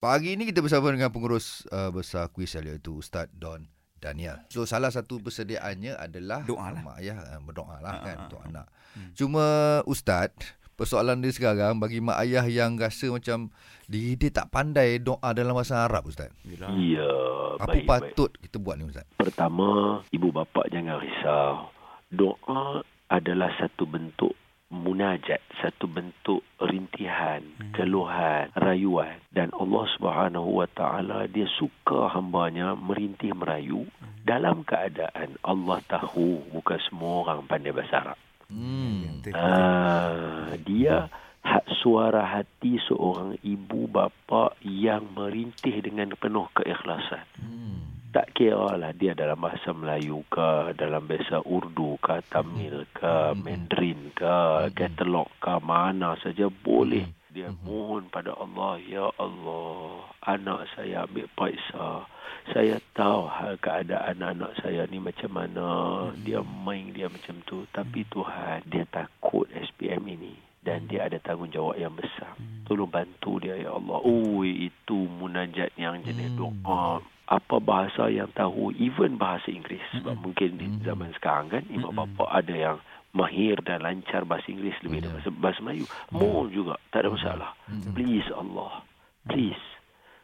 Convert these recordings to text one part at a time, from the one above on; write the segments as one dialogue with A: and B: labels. A: Pagi ini kita bersama dengan pengurus uh, besar kuis iaitu Ustaz Don Daniel. So salah satu persediaannya adalah
B: Doa lah.
A: mak ayah uh, berdoa lah
B: Ah,
A: kan
B: ah,
A: untuk
B: ah.
A: anak.
B: Hmm.
A: Cuma Ustaz, persoalan dia sekarang bagi mak ayah yang rasa macam diri dia tak pandai doa dalam bahasa Arab Ustaz.
B: Yelah.
C: Ya,
A: Apa
C: baik, baik.
A: patut kita buat ni Ustaz?
C: Pertama, ibu bapa jangan risau. Doa adalah satu bentuk munajat, satu bentuk rintihan,
B: Hmm.
C: keluhan, rayuan dan Allah Subhanahu wa taala dia suka hambanya merintih merayu
B: Hmm.
C: dalam keadaan Allah tahu bukan semua orang pandai bahasa Arab.
A: Hmm.
B: Betul.
C: Ah, dia hak suara hati seorang ibu bapa yang merintih dengan penuh keikhlasan.
A: Hmm.
C: Tak kira lah dia dalam bahasa Melayu ke, dalam bahasa Urdu ke, Tamil
A: Mhm.
C: ke, Mandarin ke,
A: Mhm.
C: Catalog ke, mana saja boleh. Dia
A: Mhm.
C: mohon pada Allah, Ya Allah, anak saya ambil paiksa. Saya tahu hal keadaan anak saya ni macam mana. Dia main dia macam tu. Tapi Tuhan, dia takut SPM ini. Dan dia ada tanggungjawab yang besar. Tolong bantu dia, Ya Allah. Ui, itu munajat yang
A: Hmm.
C: jenis doa apa bahasa yang tahu even bahasa Inggeris sebab
B: Mm-mm.
C: mungkin di
A: Mm-mm.
C: zaman sekarang kan ibu
B: Mm-mm.
C: bapa ada yang mahir dan lancar bahasa Inggeris lebih
A: Ya.
C: daripada bahasa Melayu more juga tak ada masalah
A: Mm. Mm-mm.
C: please Allah please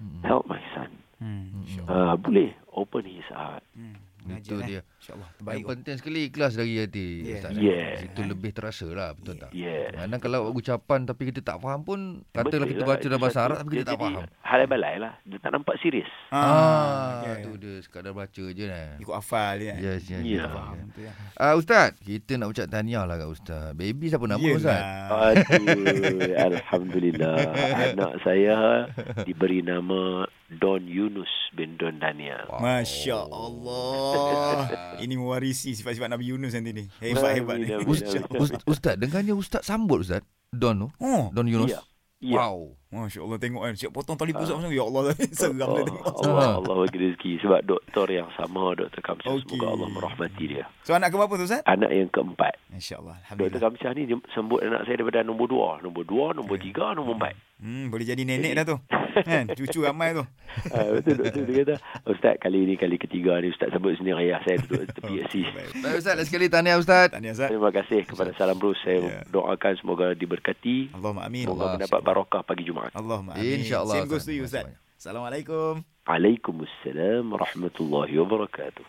A: Mm-mm.
C: help my son
B: Hmm. InsyaAllah.
C: uh, boleh open his heart
B: Hmm.
A: Itu
B: Ngajar, eh.
A: dia.
B: InsyaAllah.
A: Baik.
B: Terbaik.
A: Yang penting sekali ikhlas dari hati
B: Yes.
A: Ustaz. eh?
C: Yes.
A: Itu lebih terasa lah betul tak?
C: Yes.
A: Kadang kalau ucapan tapi kita tak faham pun Katalah
C: Betul
A: kita
C: lah,
A: baca dalam
C: itu
A: bahasa
C: satu.
A: Arab tapi kita
C: Dia
A: tak
C: jadi
A: faham
C: halai balai lah dia tak nampak serius
A: Ah,
B: okey.
A: tu dia sekadar baca je lah
B: Ikut hafal dia. eh.
A: Yes, yes,
C: Ya.
A: yes.
B: Faham tu ya.
A: Ah Ustaz, kita nak ucap tahniah lah kat Ustaz. Baby siapa nama
B: Yelah.
A: Ustaz?
C: Aduh, Alhamdulillah Anak saya diberi nama Don Yunus bin Don Daniel
B: Masya Allah. Ini mewarisi sifat-sifat Nabi Yunus nanti ni. Hebat-hebat ni.
C: Amin, amin,
A: Ustaz, Ustaz, Ustaz dengarnya Ustaz sambut Ustaz. Don tu,
B: Oh,
A: Don Yunus.
C: Ya, ya.
A: Wow.
B: Masya Allah tengok kan. Siap potong tali pusat macam tu. Ya Allah. Seram dia tengok.
C: Oh, Allah, Allah bagi rezeki sebab doktor yang sama Dr. Kamsyah
B: Okey.
C: okay. semoga Allah merahmati dia.
B: So anak ke berapa tu Ustaz?
C: Anak yang keempat.
B: Insya Allah.
C: Dr.
B: Alhamdulillah.
C: Kamsyah ni dia sambut anak saya daripada nombor dua. Nombor dua, nombor tiga, nombor empat.
B: Hmm, boleh jadi nenek dah tu. Kan? Cucu ramai tu.
C: Ah, betul doktor dia kata, Ustaz kali ni kali ketiga ni Ustaz sambut sendiri ayah saya duduk tepi asis.
B: Oh, Baik.
A: Baik Ustaz, lagi sekali tahniah Ustaz.
B: Tahniah Ustaz.
C: Terima kasih kepada Salam Bros.
B: Ya.
C: Saya doakan semoga diberkati.
B: Allahumma amin.
A: Allah.
C: Semoga mendapat barakah pagi Jumaat.
B: Allahumma amin.
A: InsyaAllah.
B: Same goes to you
A: Terima kasih
B: Ustaz. Assalamualaikum.
C: Waalaikumsalam warahmatullahi wabarakatuh.